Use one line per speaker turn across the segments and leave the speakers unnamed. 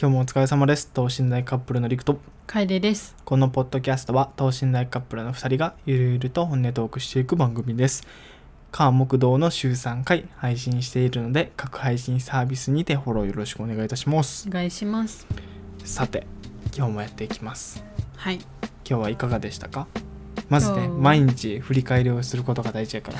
今日もお疲れ様です等身大カップルのりくと
楓です
このポッドキャストは等身大カップルの2人がゆるゆると本音トークしていく番組です火木道の週3回配信しているので各配信サービスにてフォローよろしくお願いいたします
お願いします
さて今日もやっていきます
はい
今日はいかがでしたかまずね
今日
毎日振り返りをすることが大事やから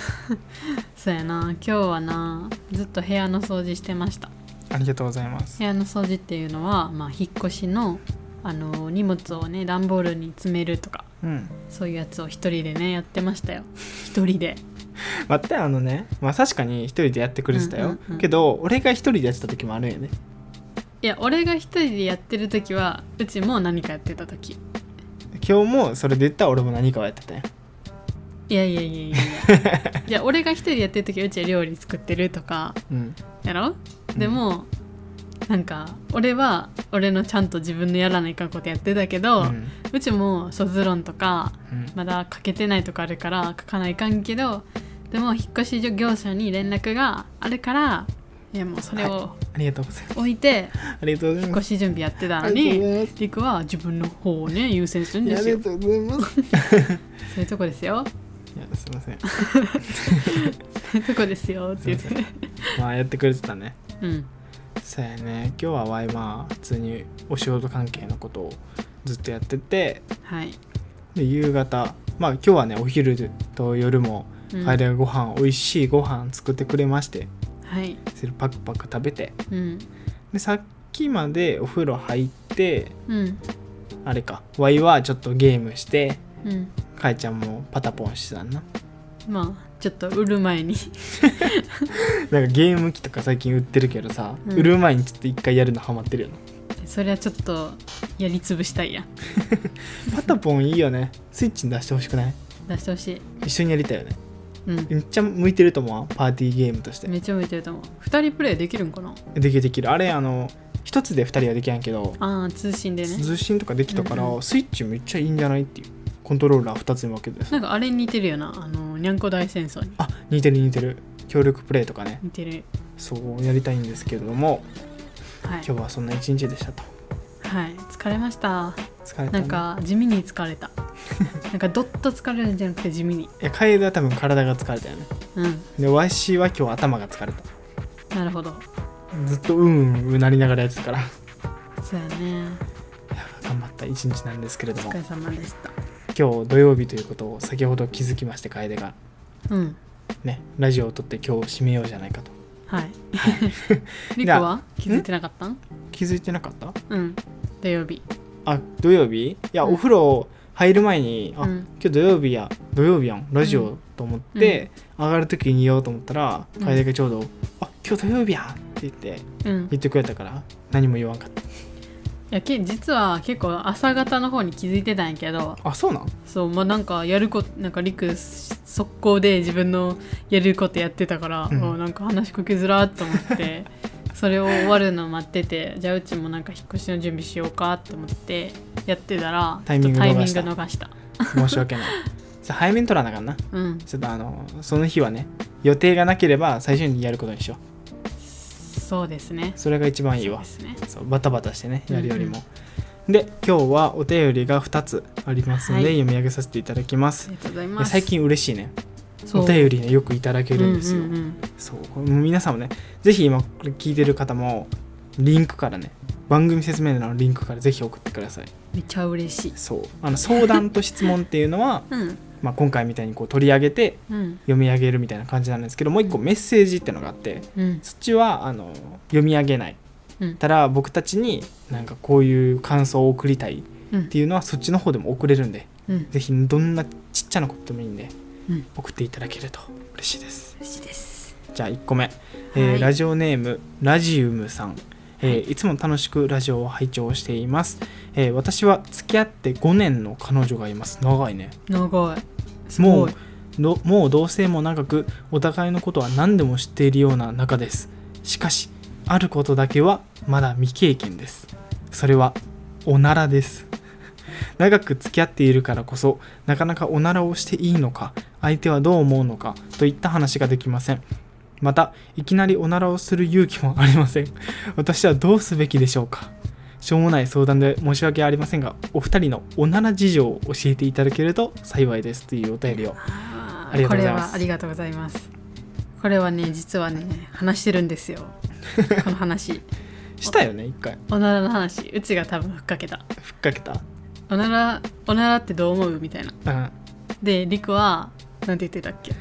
そうやな今日はなずっと部屋の掃除してました
ありがとうございます
部屋の掃除っていうのは、まあ、引っ越しのあの荷物をね段ボールに詰めるとか
うん
そういうやつを一人でねやってましたよ一人で
待ってあのねまあ確かに一人でやってくれてたよ、
うんうんうん
けど俺が一人でやってた時もあるんやね
いや俺が一人でやってる時はうちも何かやってた時
今日もそれで言ったら俺も何かをやってたよ
いやいやいやいやいや いや俺が一人でやってる時はうちは料理作ってるとか
うん
やろ
うん
でも、なんか俺は俺のちゃんと自分のやらないかんことやってたけど、う
うん
ちも卒論とか
うん
まだ書けてないとかあるから書かないかんけどでも引っ越し業者に連絡があるからいやもうそれを
ありがとうございます
置いて
ありがとうござい
引っ
ま
越
す
し準備やってたの
ありがとう
に。
ございます
リクは自分の方をね優先するん
い
で
やあ
す
り
よ
がとうございますい
そういうとこですよ
やすいません
そういうとこですよって言っ
すい
て
まあやってくれてたね
うん
そうやね今日はワイまあ普通にお仕事関係のことをずっとやってて
はい、
で夕方まあ今日はねお昼と夜も
うん
カエルがご飯美味しいご飯作ってくれまして
はい
それパクパク食べて
うん
でさっきまでお風呂入って
うん
あれかワイはちょっとゲームして
うん
かえちゃんもパタポンしてたんな
まあちょっと売る前に
なんかゲーム機とか最近売ってるけどさ、
うん
売る前にちょっと一回やるのハマって るよね
それはちょっとやりつぶしたいやん
パタポンいいよねスイッチに出してほしくない
出してほしい、
一緒にやりたいよね
うん、
めっちゃ向いてると思うわパーティーゲームとして
めっちゃ向いてると思う2人プレイできるんかな
できるできるあれあの一つで二人はできないけど
ああ通信でね
通信とかできたから、
うん
スイッチめっちゃいいんじゃないっていうコントローラー2つに分けて
な
さ
んかあれに似てるよなあのにゃんこ大戦争に
あ似てる似てる協力プレイとかね
似てる
そうやりたいんですけれども
はい、
今日はそんな一日でしたと
はい、疲れました
疲れたね
なんか地味に疲 れたなんかどっと疲れるんじゃなくて地味に
いや楓は多分体が疲れたよね
うん
でわしは今日頭が疲れた
なるほど
ずっとうんうんうなりながらやってたから
そうやね
頑張った一日なんですけれど
お
も
疲れ様でした
今日土曜日ということを先ほど気づきまして楓が
うん
ねラジオを撮って今日締めようじゃないかと
はいリコは気づいてなかったん
気づいてなかった
うん土曜日
あ土曜日いや、
うん
お風呂入る前にあ、
うん
今日土曜日や土曜日やんラジオと思って、上がる時に言おうと思ったら
うん
楓がちょうど「あ今日土曜日や!」って言って
うん
言ってくれたから何も言わんかった
いやけ実は結構朝方の方に気づいてたんやけど
あそうなん
そうまあなんかやることなんかリク速攻で自分のやることやってたから、
うん
おなんか話しかけづらーと思って それを終わるの待っててじゃあうちもなんか引っ越しの準備しようかと思ってやってたら
タイミング逃した
ちょっとタイミング逃し
申
た
し 訳ないさ早めに取らなあかんな
うん
ちょっとあのその日はね予定がなければ最初にやることにしよう
そうですね
それが一番いいわ
そうですね
そうバタバタしてねやるよりも
う、
で今日はお便りが2つありますので、
はい
読み上げさせていただきま
あ
す
りがとうございます
最近嬉しいね
そう
お便りねよくいただけるんですよ、
うんうんうん
そうこれもう皆さんもねぜひ今これ聞いてる方もリンクからね番組説明欄のリンクからぜひ送ってください
めっちゃ嬉しい
そうあの相談と質問っていうのは
うん
まあ今回みたいにこう取り上げて
うん
読み上げるみたいな感じなんですけどもう一個メッセージってのがあって
うん
そっちはあの読み上げない、
うん
ただ僕たちになんかこういう感想を送りたいっ
うん
ていうのはそっちの方でも送れるんで
うん
ぜひどんなちっちゃなことでもいいんで、
うん
送っていただけると嬉しいです
嬉しいです
じゃあ1個目、えー
はい
ラジオネームラジウムさん、えーい、つも楽しくラジオを拝聴しています、えー私は付き合って5年の彼女がいます長いね
長いす
も
ごいう
どもう同棲も長くお互いのことは何でも知っているような仲ですしかしあることだけはまだ未経験ですそれはおならです 長く付き合っているからこそなかなかおならをしていいのか相手はどう思うのかといった話ができませんま たいきなりおならをする勇気もありません私はどうすべきでしょうかしょうもない相談で申し訳ありませんがお二人のおなら事情を教えていただけると幸いですというお便りを
あ
あり
ー
がとうご
これ
ざいます
はありがとうございますこれはね実はね話してるんですよ この話
したよね一回
おならの話うちが多分ふっかけた
ふっかけた
おならおならってどう思うみたいな
うん
でりくはなんて言ってたっけ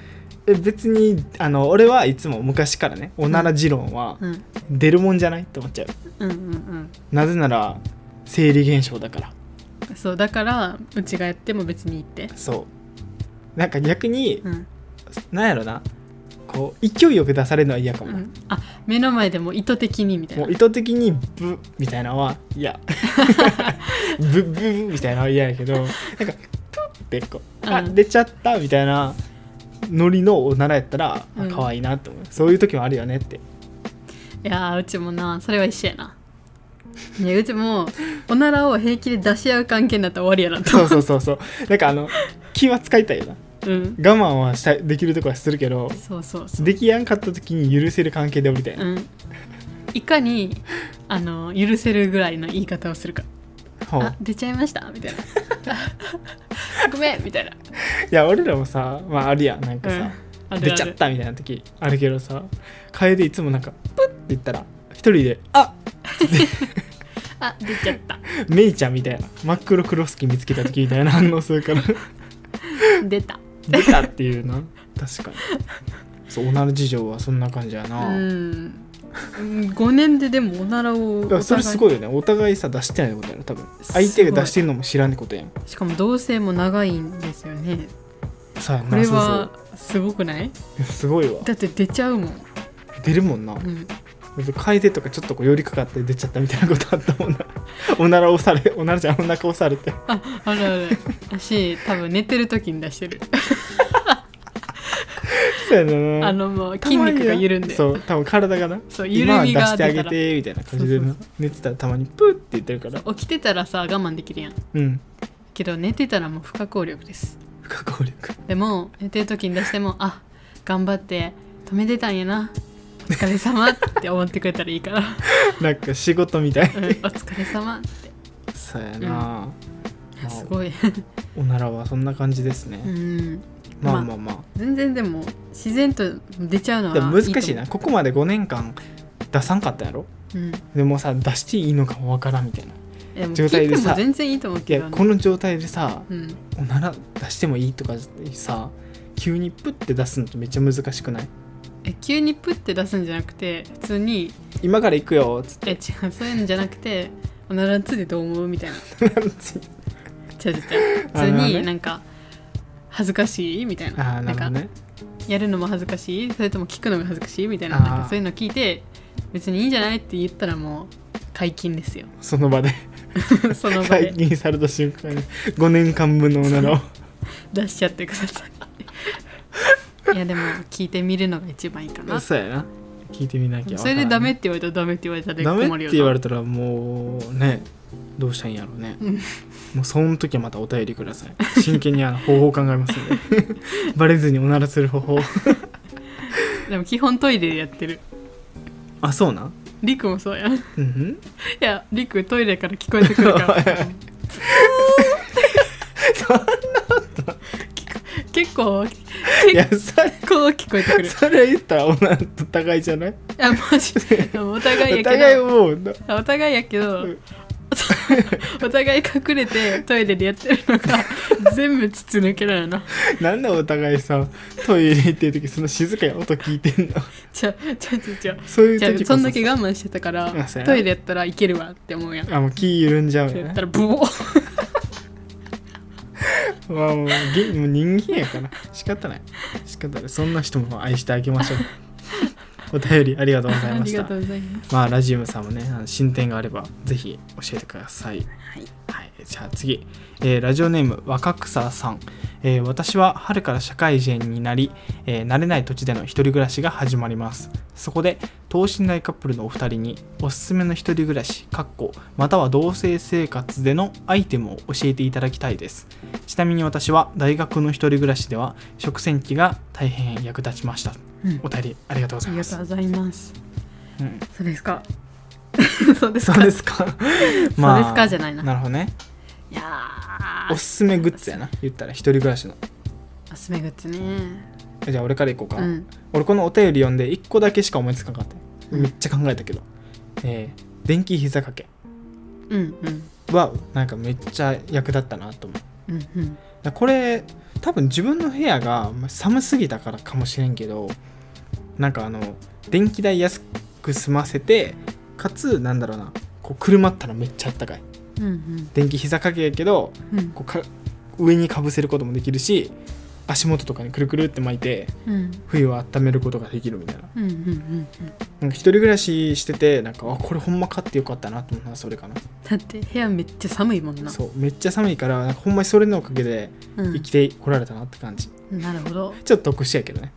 え別にあの俺はいつも昔からねおなら持論は
うん
出るもんじゃないって思っちゃう
うんうん
なぜなら生理現象だから
うんそうだからうちがやっても別にいいって
そうなんか逆に
うん、
なんやろなこう勢いよく出されるのは嫌か
う
も、
ん、あ目の前でもう意図的にみたい
も
な
う意図的にブみたいなのは嫌ブブブみたいなのは嫌やけどなんかプッってこうあ
うん
出ちゃったみたいなノリのおならやったら、あ
うん
可愛いなって思うそういう時もあるよねって
いやーうちもなそれは一緒やないやうちもおならを平気で出し合う関係になったら終わりやなと
そうそうそうそうなんかあの気は使いたいよな
うん
我慢はしたできるとこはするけど
そうそうそう
できやんかった時に許せる関係で降りたいな、
うんいかにあの許せるぐらいの言い方をするか
ほう
あ出ちゃいましたみたい なごめんみたいない
や俺らもさ、まあ、あるやんなんかさ、
あるある
出ちゃったみたいな時あるけどさ楓いつもなんかプッって言ったら一人で「あ
あ出ちゃった
メイちゃん」みたいな真っ黒クロスキー見つけた時み たいな反応するから
出た
出たっていうな確かにそうおなら事情はそんな感じや
う
な、
ん5年ででもおならをお
だか
互
ら
い
それすごいよねお互いさ出してないことやろ多分相手が出してるのも知らんってことやん
しかも同性も長いんですよね
さあ
これ
そうそ
は
う
すごくない
いやすごいわ
だって出ちゃうもん、
出るもんな
うん、
楓とかちょっとこう寄りかかって出ちゃったみたいなことあったもんな おなら押されおならじゃんお腹押されて
ああるあ るだし多分寝てる時に出してる
そうやねんな
あのもう筋肉が緩んで
そう多分体がな
そう
今
緩
は出
みが
してあげ
出たら
てみたいな感じでな
そうそう
寝てたらたまにプーって言ってるから
起きてたらさ我慢できるやん
うん
けど寝てたらもう不可抗力です
不可抗力
でも寝てる時に出してもあ頑張って止めてたんやなお疲れ様って思ってくれたらい いから、
なんか仕事みたい
うん、お疲れ様って
そうやな、まあ
すごい、
おならはそんな感じですね、
うん、
まあまあま
全然でも自然と出ちゃうの
あ
は
でも難しい
い
なここまで5年間出さんかったやろ
と思う、うん、
でもさ出していいのかもわからんみたいない
やもう
状態で
聞いて
さ
も全然いいと思うけど
やこの状態でさ
うん、
おなら出してもいいとかさ急にプッて出すのってめっちゃ難しくない
え急にプッて出すんじゃなくて普通に
今から行くよっつっ
「え違うそういうのじゃなくておならについてどう思う?」みたいな
てなんつって
違う違う違う普
あ
通
なるほどね
になんか恥ずかしいみたい
あ
な
あな
な
んるほ
か
どね
やるのも恥ずかしいそれとも聞くのが恥ずかしいみたいな
あー
なんかそういうの聞いて別にいいんじゃないって言ったらもう解禁で すよ
その場で
その場
解
で
禁された瞬間に5年間分のおな らを
出しちゃってくださいいやでも聞いてみるのが一番いいかなそ
そうやな聞いてみなきゃわから
れ
んね
でダメって言われたらダメって言われた
ダ
ら
メ
困
っ
る
て
よ
言わ
な
れたらもうねどうしたらいいんやろうね、
うん
もうその時はまたお便りください真剣にあの方法を考えますんで バレずにおならする方法
でも基本トイレでやってる
あそうなん
りくもそうやんい
うんうん
やりくトイレから聞こえてくるから 結構結
いやそれ
構聞こえてくる
それ言ったらおならと互いじゃない
あマジ ででもお互い
お
やけ
互い
ど
もうな
お互いやけ ど、
うん
お互い隠れてトイレでやってる のが全部筒抜けだよな
なんでお互いさトイレ行ってる時その静かに音聞いてんの
ちゃちゃちゃちゃ
そういう
じゃ
時こ
そ
そ
んだけ我慢してたから
あそうやな
トイレやったらいけるわって思うやんって
あもう気緩んじゃうよ
言
ね
ったらブオー
まあもうげもう人間やから仕方ない仕方ないそんな人も愛してあげましょうお便りありがとうござい
あ
ま
り
し
が
た
とうございます
まあラジウムさんもねあの進展があればぜひ教えてください
はい、
はい、じゃあ次、えーラジオネーム若草さん、えー私は春から社会人になり、えー慣れない土地での一人暮らしが始まりますそこで等身大カップルのお二人におすすめの一人暮らしかっこまたは同性生活でのアイテムを教えていただきたいですちなみに私は大学の一人暮らしでは食洗機が大変役立ちました
うん
お便りありがとうござい
あ
ま
りが
す
とうございます
うん
そうですか そうです
そ
か
うですか
そうですかじゃないな
なるほどね
いやー
おすすめグッズやな言ったら一人暮らしの
おすすめグッズね
じゃあ俺からいこうか、
うん
俺このお便り読んで1個だけしか思いつかなかった
うん
めっちゃ考えたけど、えー電気膝掛
うんうん
けはなんかめっちゃ役立ったなと思う
うんうん
だこれ多分自分の部屋がまあ寒すぎたからかもしれんけどなんかあの電気代安く済ませてかつなんだろうなこう車ったらめっちゃあったかい
うんうん
電気膝掛けやけど
うん
こうか上にかぶせることもできるし足元とかにくるくるって巻いて
うん
冬は温めることができるみたいな
うんうんうんうん
なんか一人暮らししててなんかあこれほんま買ってよかったなと思うのはそれかな
だって部屋めっちゃ寒いもんな
そうめっちゃ寒いからなんかほんまにそれのおかげで
う
生きてこられたなって感じ、
ん、なるほど
ちょっと特殊やけどね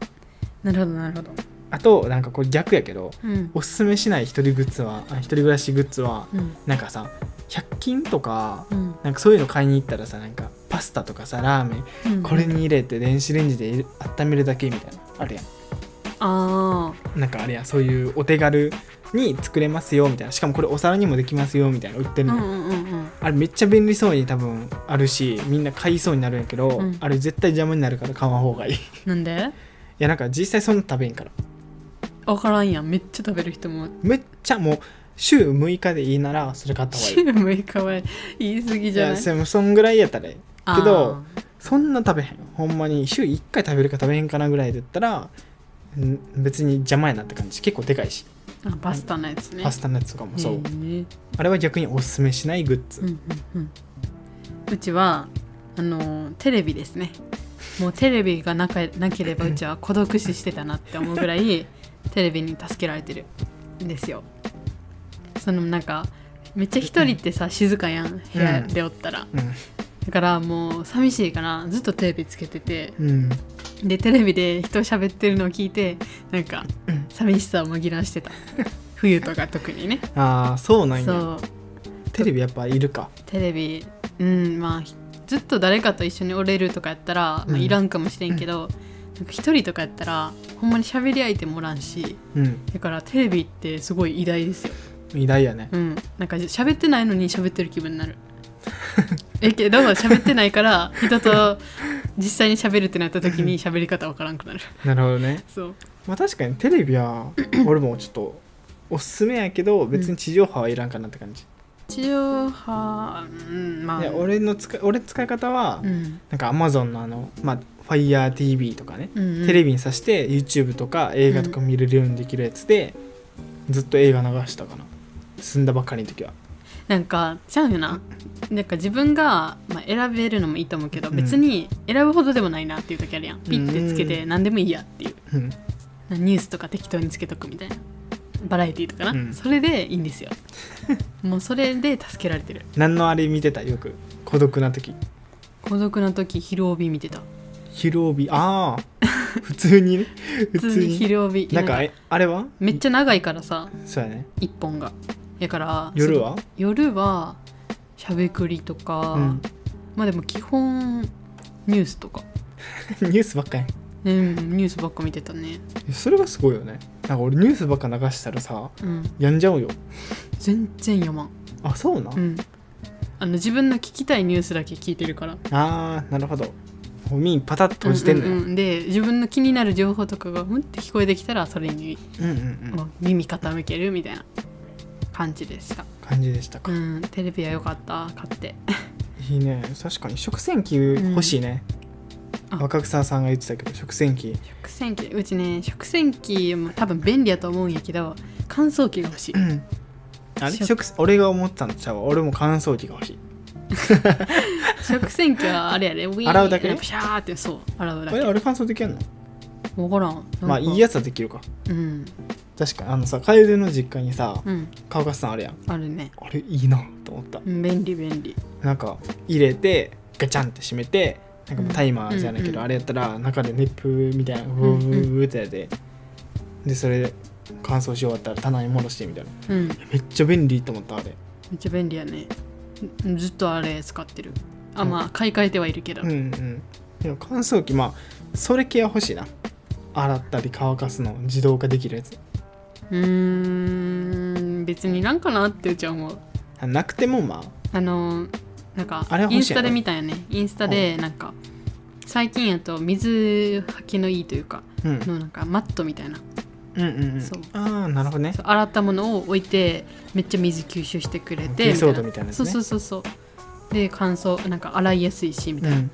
なるほどなるほど
あとなんかこれ逆やけど
うん
おすすめしない一人グッズはあ一人暮らしグッズは
うん
なんかさ100均とか
うん
なんかそういうの買いに行ったらさなんかパスタとかさラーメン
うん
これに入れて電子レンジで入れ温めるだけみたいなあるや
ああ
んなんかあれやんそういうお手軽に作れますよみたいなしかもこれお皿にもできますよみたいなの売って
う
るの
んう
よ、
んうんうん
あれめっちゃ便利そうに多分あるしみんな買いそうになるんやけど、
うん
あれ絶対邪魔になるから買わん方 がいいい
なんで
やなんか実際そんな食べんから
分からんやんめっちゃ食べる人も
めっちゃもう週6日でいいならそれ買った方がいい
週6日は言い過ぎ
い
じゃ
や
ない
そそんぐらいやったらいい
あー
けどそんな食べへんほんまに週1回食べるか食べへんかなぐらいだったらん別に邪魔やなって感じ結構でかいし
あパスタのやつね
パスタのやつとかもそう、
へー
あれは逆におすすめしないグッズ、
うんうんうんうちはあのーテレビですねもうテレビがなかなければうちは孤独死してたなって思うぐら いテレビに助けられてるんですよそのなんかめっちゃ一人ってさ静かやん部屋でおったら、だからもう寂しいからずっとテレビつけてて
うんうん
でテレビで人喋ってるのを聞いてなんか寂しさを紛らわしてた冬とか特にね
ああそうなんや
そう
テレビやっぱいるか
テレビうんまあひずっと誰かと一緒におれるとかやったら、
うん
まあ、いらんかもしれんけど、なんか一人とかやったらほんまに喋り相手もおらんし
うん
だからテレビってすごい偉大ですよ
偉大やね
うんなんか喋ってないのに喋ってる気分に なるえけど喋ってないから人と実際に喋るってなった時に喋り方わからんくなる
なるほどね
そう
まあ確かにテレビ は俺もちょっとおすすめやけど別に地上波はいらんかなって感じ、
地上波うんまあ
いや俺の使い俺使い方は、
うん
なんか Amazon のあの、まあ、FireTV とかね、
うんうん
テレビに挿して YouTube とか映画とか見れるようにできるやつで、ずっと映画流したかな住んだばっかりの時は
なんかちゃうよななんか自分が、まあ、選べるのもいいと思うけど、
うん
別に選ぶほどでもないなっていう時あるやんピッてつけて何でもいいやっていう
うん
なニュースとか適当につけとくみたいなバラエティーとかな、
うん
それでいいんですよ もうそれで助けられてる
何のあれ見てたよく孤独な時
孤独な時昼帯見てた
昼帯あ あ普通にね普
普通
通
に
に
昼帯
なんか
な
あ
ん
れ
か
あれは
めっちゃ長いからさ
そうやね
一本がだから
夜は
そ夜はしゃべくりとか、
うん
まあでも基本ニュースとか、
ニュースばっかやん
うん、ニュースばっか見てたね
いやそれがすごいよねなんか俺ニュースばっか流したらさ
うん
やんじゃうよ
全然読まん、
あそうな、
うん、あの自分の聞きたいニュースだけ聞いてるから
あーなるほどもう耳パタッと閉じてんのよ、
うんうんうんで自分の気になる情報とかがうんって聞こえてきたらそれに、
うんうんうん
もう耳傾けるみたいな感じでした、
感じでした
う
か、
ん、テレビは良かった買って
いいね確かに食洗機欲しいね、
うんあ
若草さんが言ってたけど食洗機
食洗機うちね食洗機も多分便利やと思うんやけど乾燥機が欲しい
あれ
食
食俺が思ってたんちゃうわ俺も乾燥機が欲しい
食洗機はあれやでウィーン
洗うだけね
プシャーってそう洗うだ
あ
け
れあれ乾燥できるの
分からんなんか
まあいいやつはできるか
うん
確かにあのさ楓の実家にさ
うん
乾かすのあるやん
あるね
あれいいなと思った
うん便利便利
なんか入れてガチャンって閉めてなんかもうタイマーじゃないけど、
うんうん
あれやったら中で熱風みたいなブーブーブーってやって、でそれ乾燥し終わったら棚に戻してみたいな
うん
めっちゃ便利と思ったあれ
めっちゃ便利やねんずっとあれ使ってるあ
うん
まあ買い替えてはいるけど、
うんうんでも乾燥機まあそれ系は欲しいな洗ったり乾かすの自動化できるやつ
うーん別にいらんかなってうちは思う
あなくてもまあ
あのなんか
あれは
イン
欲しいよ
スタ
ね
で見たよねインスタでなんか最近やと水はけのいいというか
うん
のなんかマットみたいな
うんうんうん
そう
ああなるほどね
そう洗ったものを置いてめっちゃ水吸収してくれて
珪藻土みたいなやつ
そ
ね
うそうそうそうで乾燥なんか洗いやすいしみ
う
たいなん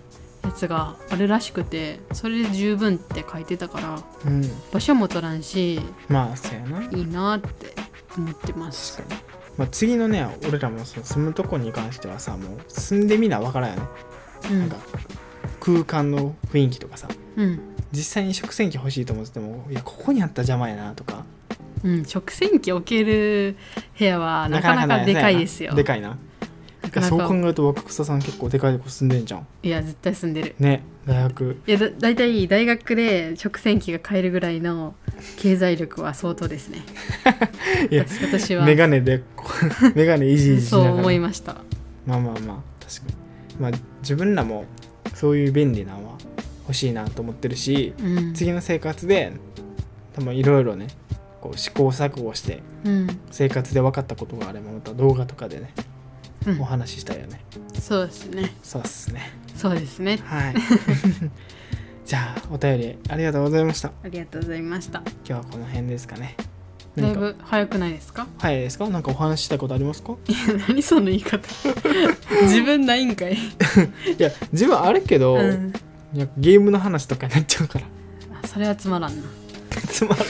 やつがあるらしくてそれで十分って書いてたから
うん
場所も取らんし
まあそうやな確
いいなって思ってます
かに、まあ、次のね俺らもその住むとこに関してはさもう住んでみなわからんよね、
う
なん
ん
か空間の雰囲気とかさ
うん、
実際に食洗機欲しいと思っててもいやここにあったら邪魔やなとか
うん、食洗機置ける部屋はなかなかでかいですよ
でかいな
なかな
そう考
か
えると若草さん結構でかいとこ住んでんじゃん
いや絶対住んでる
ね大学
いやだ大体大学で食洗機が買えるぐらいの経済力は相当ですね
いや
私私は
メガネで こうメガネいじいじしな
そう
がら
思いました
まあまあまあ確かにまあ自分らもそういう便利なのは欲しいなと思ってるし
うん、
次の生活で多分いろいろねこう試行錯誤して
うん
生活で分かったことがあればまた動画とかでね
うん
お話ししたいよね
そうですね
そうっすね
そうですね
はい じゃあお便りありがとうございました
ありがとうございました
今日はこの辺ですかね
だ
何
い
か
ぶ早くないですか
はいですかなんかお話ししたいことありますか
何その言 い方自分ないんかい、
いや自分あるけど、
うん、
いやゲームの話とかになっちゃう から
あそれはつまらんな
つまらない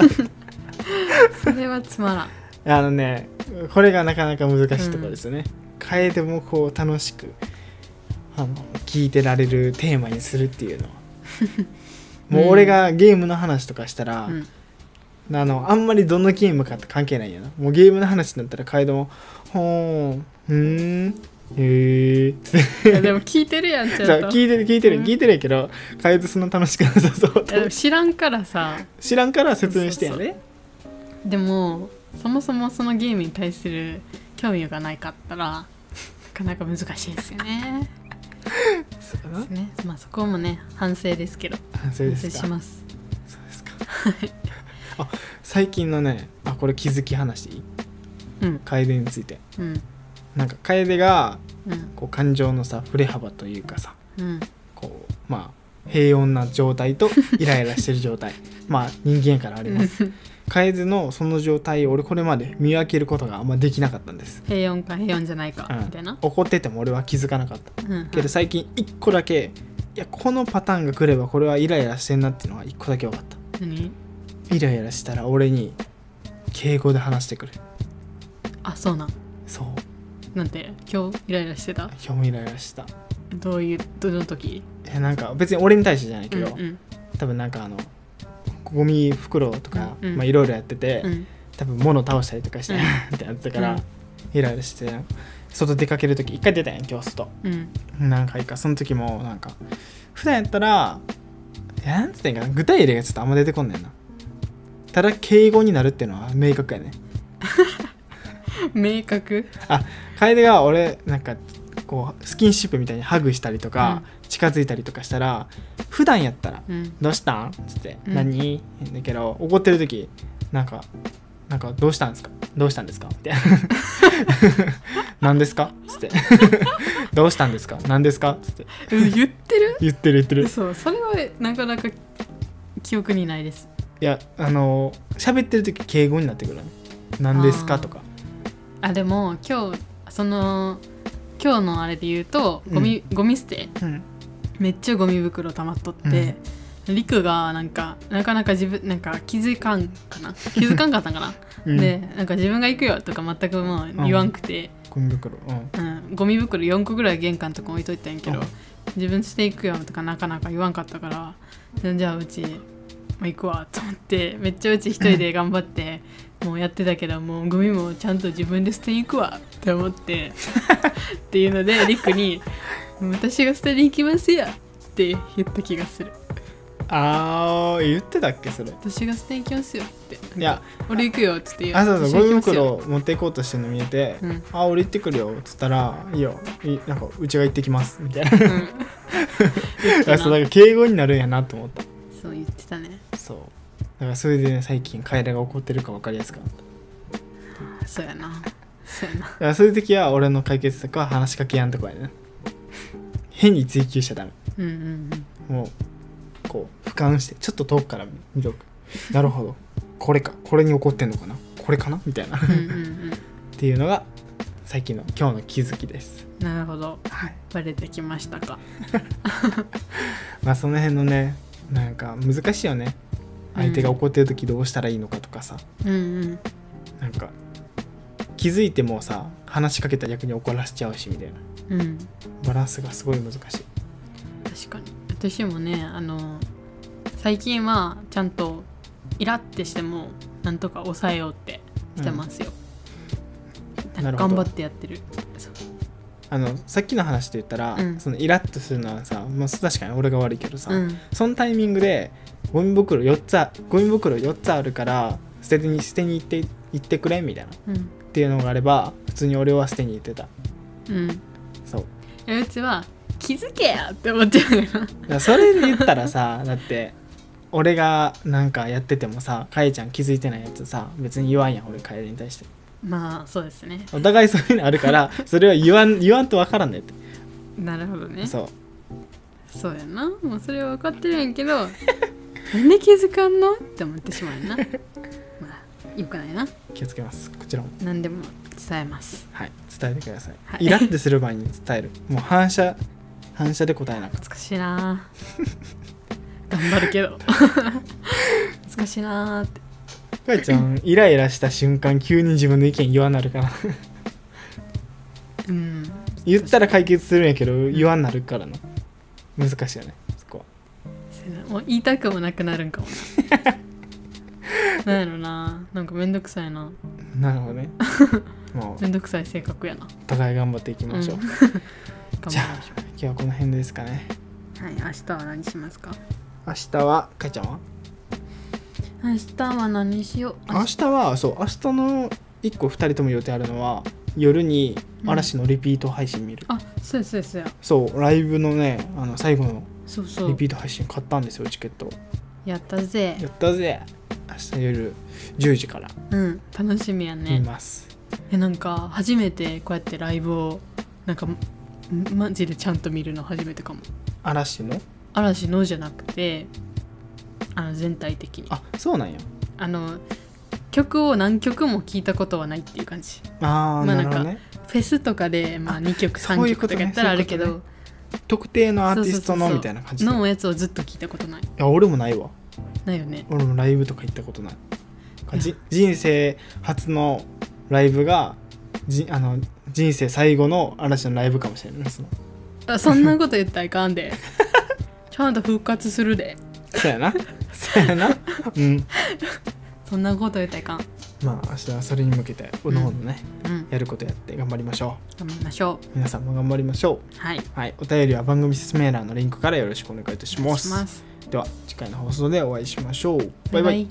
それはつまらん
あのねこれがなかなか難しいところですよね、変えてもこう楽しくあの聞いてられるテーマにするっていう のはもう俺がゲームの話とかしたら、
うん
あのあんまりどのゲームかって関係ないよなもうゲームの話になったら楓も「ほーんふーんへーって
いやでも聞いてるやんち
さ
ゃんとい
聞いてる聞いてる、
うん
聞いてるやけど楓そんな楽しくなさそう
やで
と
も知らんからさ
知らんから説明してやね
でもそもそもそのゲームに対する興味がないかったらなかなか難しいですよね
そうや
で
な
すねまあそこもね反省ですけど
反省
反
で
省
す
し
か
ます
そうですか。あ最近のねあこれ気づき話していい
うん
楓について
うん
なんか楓が
うん
こう感情のさ振れ幅というかさ
うん
こうまあ平穏な状態 とイライラしてる状態まあ人間からあります楓のその状態を俺これまで見分けることがあんまできなかったんです、
平穏か平穏じゃないか
うん
みたいな、
怒ってても俺は気づかなかった
うん、
けど最近一個だけいやこのパターンが来ればこれはイライラしてんなっていうのが一個だけ分かった
何
イライラしたら俺に敬語で話してくる
あそうなん
そう
なんて今日イライラしてた
今日もイライラした
どういうどの時
えなんか別に俺に対してじゃないけど、
うんうん
多分なんかあのゴミ袋とか、
うんうん
まあ、いろいろやってて、
うん多
多分物倒したりとか して、
うん
ってやってたから、
うん
イライラして外出かける時一回出たやん今日外
うん
何回かその時もなんか普段やったらいやなんつってんかな具体例がちょっとあんま出てこんねんなただ敬語になるっていうのは明確やね
明確
楓が俺なんかこうスキンシップみたいにハグしたりとか、近づいたりとかしたら普段やったら
うん
「どうしたん?」っつって「
うん
何?」だけど怒ってる時なんか「なんかどうしたんですかどうしたんですか?」みたいな「何ですか?」っつって「どうしたんですか何ですか?」っつって
うん言ってる
言ってる言って る
そうそれはなかなか記憶にないです
いやあの喋ってる時敬語になってくるね「何ですか?」とか
あでも今日その今日のあれで言うとゴミ,、ゴミ捨て
うん
めっちゃゴミ袋溜まっとって、りくがなんかなかなか自分なんか気づかんかな気づかんかったんかな、
うん
でなんか自分が行くよとか全くもう言わんくて、
ゴミ袋うん
うん、ゴミ袋4個ぐらい玄関とか置いといたんやけど、
うん
自分していくよとかなかなか言わんかったからでじゃあうちもう行くわと思ってめっちゃうち一人で頑張ってもうやってたけどもうゴミもちゃんと自分で捨てに行くわって思って っていうのでりくに「私が捨てに行きますや」って言った気がする
あー言ってたっけそれ
「私が捨てに行きますよ」って「
いや
俺行くよ」っつって言
あそうそうゴミ袋
を
を持っていこうとしてるの見えて
う
「
ん
あ俺行ってくるよ」っつったら「いいよいなんかうちが行ってきます」みたいな
うん 言って
あ
な
そうだから敬語になるんやなと思った
そう言ってたね
そうだからそれでね最近カエラが怒ってるか分かりやすかっ
そうやなそうやな
だからそういう時は俺の解決策は話しかけやんとかやね変に追求しちゃダメ
うんうんうん
もうこう俯瞰してちょっと遠くから見とくなるほどこれかこれに怒ってんのかなこれかなみたいなっ
うんうん
ていうのが最近の今日の気づきです
うんなるほど
はい
バレてきましたか
まあその辺のねなんか難しいよね相手が怒ってる時どうしたらいいのかとかさ、
うんうん
なんか気づいてもさ話しかけたら逆に怒らせちゃうしみたいな
うん
バランスがすごい難しい
確かに私もねあの最近はちゃんとイラってしてもなんとか抑えようってしてますよ、
うん
なんか
なるほど
頑張ってやってるそう
あのさっきの話で言ったら、
うん
そのイラッとするのはさ、まあ、確かに俺が悪いけどさ、
うん
そのタイミングでゴミ袋4つあゴミ袋4つあるから捨てに捨てに行って行ってくれみたいなっ
うん
ていうのがあれば普通に俺は捨てに行ってた
うん
そう
えうちは気づけやって思っちゃうか
だ
ら
からそれで言ったら さだって俺がなんかやっててもさかえちゃん気づいてないやつさ別に言わんやん俺かえに対して
まあそうですね
お互いそういうのあるからそれは言わん言わんと分からんねって
なるほどねそ
そう
うやなもうそれは分かってるんやけどなんで気づかんのって思ってしまうなまあよくないな
気をつけますこちらも
何でも伝えます
はい伝えてください、
はい
イラってする前に伝えるもう反射反射で答えなく
懐かしいなあ頑張るけど懐かしいなあって
かえちゃんイライラした瞬間急に自分の意見言わんなるから
うん
言ったら解決するんやけど言わんなるからの難しいよねそこは
もう言いたくもなくなるんかもななんやろななんかめんどくさいな
なるほどねもう
めんどくさい性格やな
お互い頑張っていきましょう、
うん頑
じゃ
張り
あ
ましょ
今日はこの辺ですかね
うはい明日は何しますか
明日はかえちゃんは
明日は何しよう
明日はそう明日の1個2人とも予定あるのは夜に嵐のリピート配信見る、
あそうやそうやそうや
そうライブのねあの最後の
そうそ
リ
う
ピート配信買ったんですよチケット
やったぜ
やったぜ明日夜10時から
うん楽しみやね
見ます、
えなんか初めてこうやってライブをなんかんマジでちゃんと見るの初めてかも
嵐の
嵐のじゃなくてあの全体的にあ
あそうなんや
の曲を何曲も聴いたことはないっていう感じ
ああ、
まあ
なるほど
な
ね
フェスとかでま
あ
あ2曲
そう
3
いうこと
曲と
ね
かやったらあるけど
そういう特定のアーティストの
そうそうそうそう
みたいな感じで
のやつをずっと聴いたことない
いや俺もないわ
ないよね
俺もライブとか行ったことないじ人生初のライブがじあの人生最後の嵐のライブかもしれないその
あそんなこと言ったらいか んでちゃんと復活するで
そうやな そうやなうん
そんなこと言ったらいかん
まあ明日はそれに向けておのおのね、
うん
やることやって頑張りましょ
頑張りましょ
う皆さんも頑張りましょ
うはいう
はいお便りは番組説明欄のリンクからよろしくお願いいたし
お願
ま
い
す
します
では次回の放送でお会いしましょうバイバイ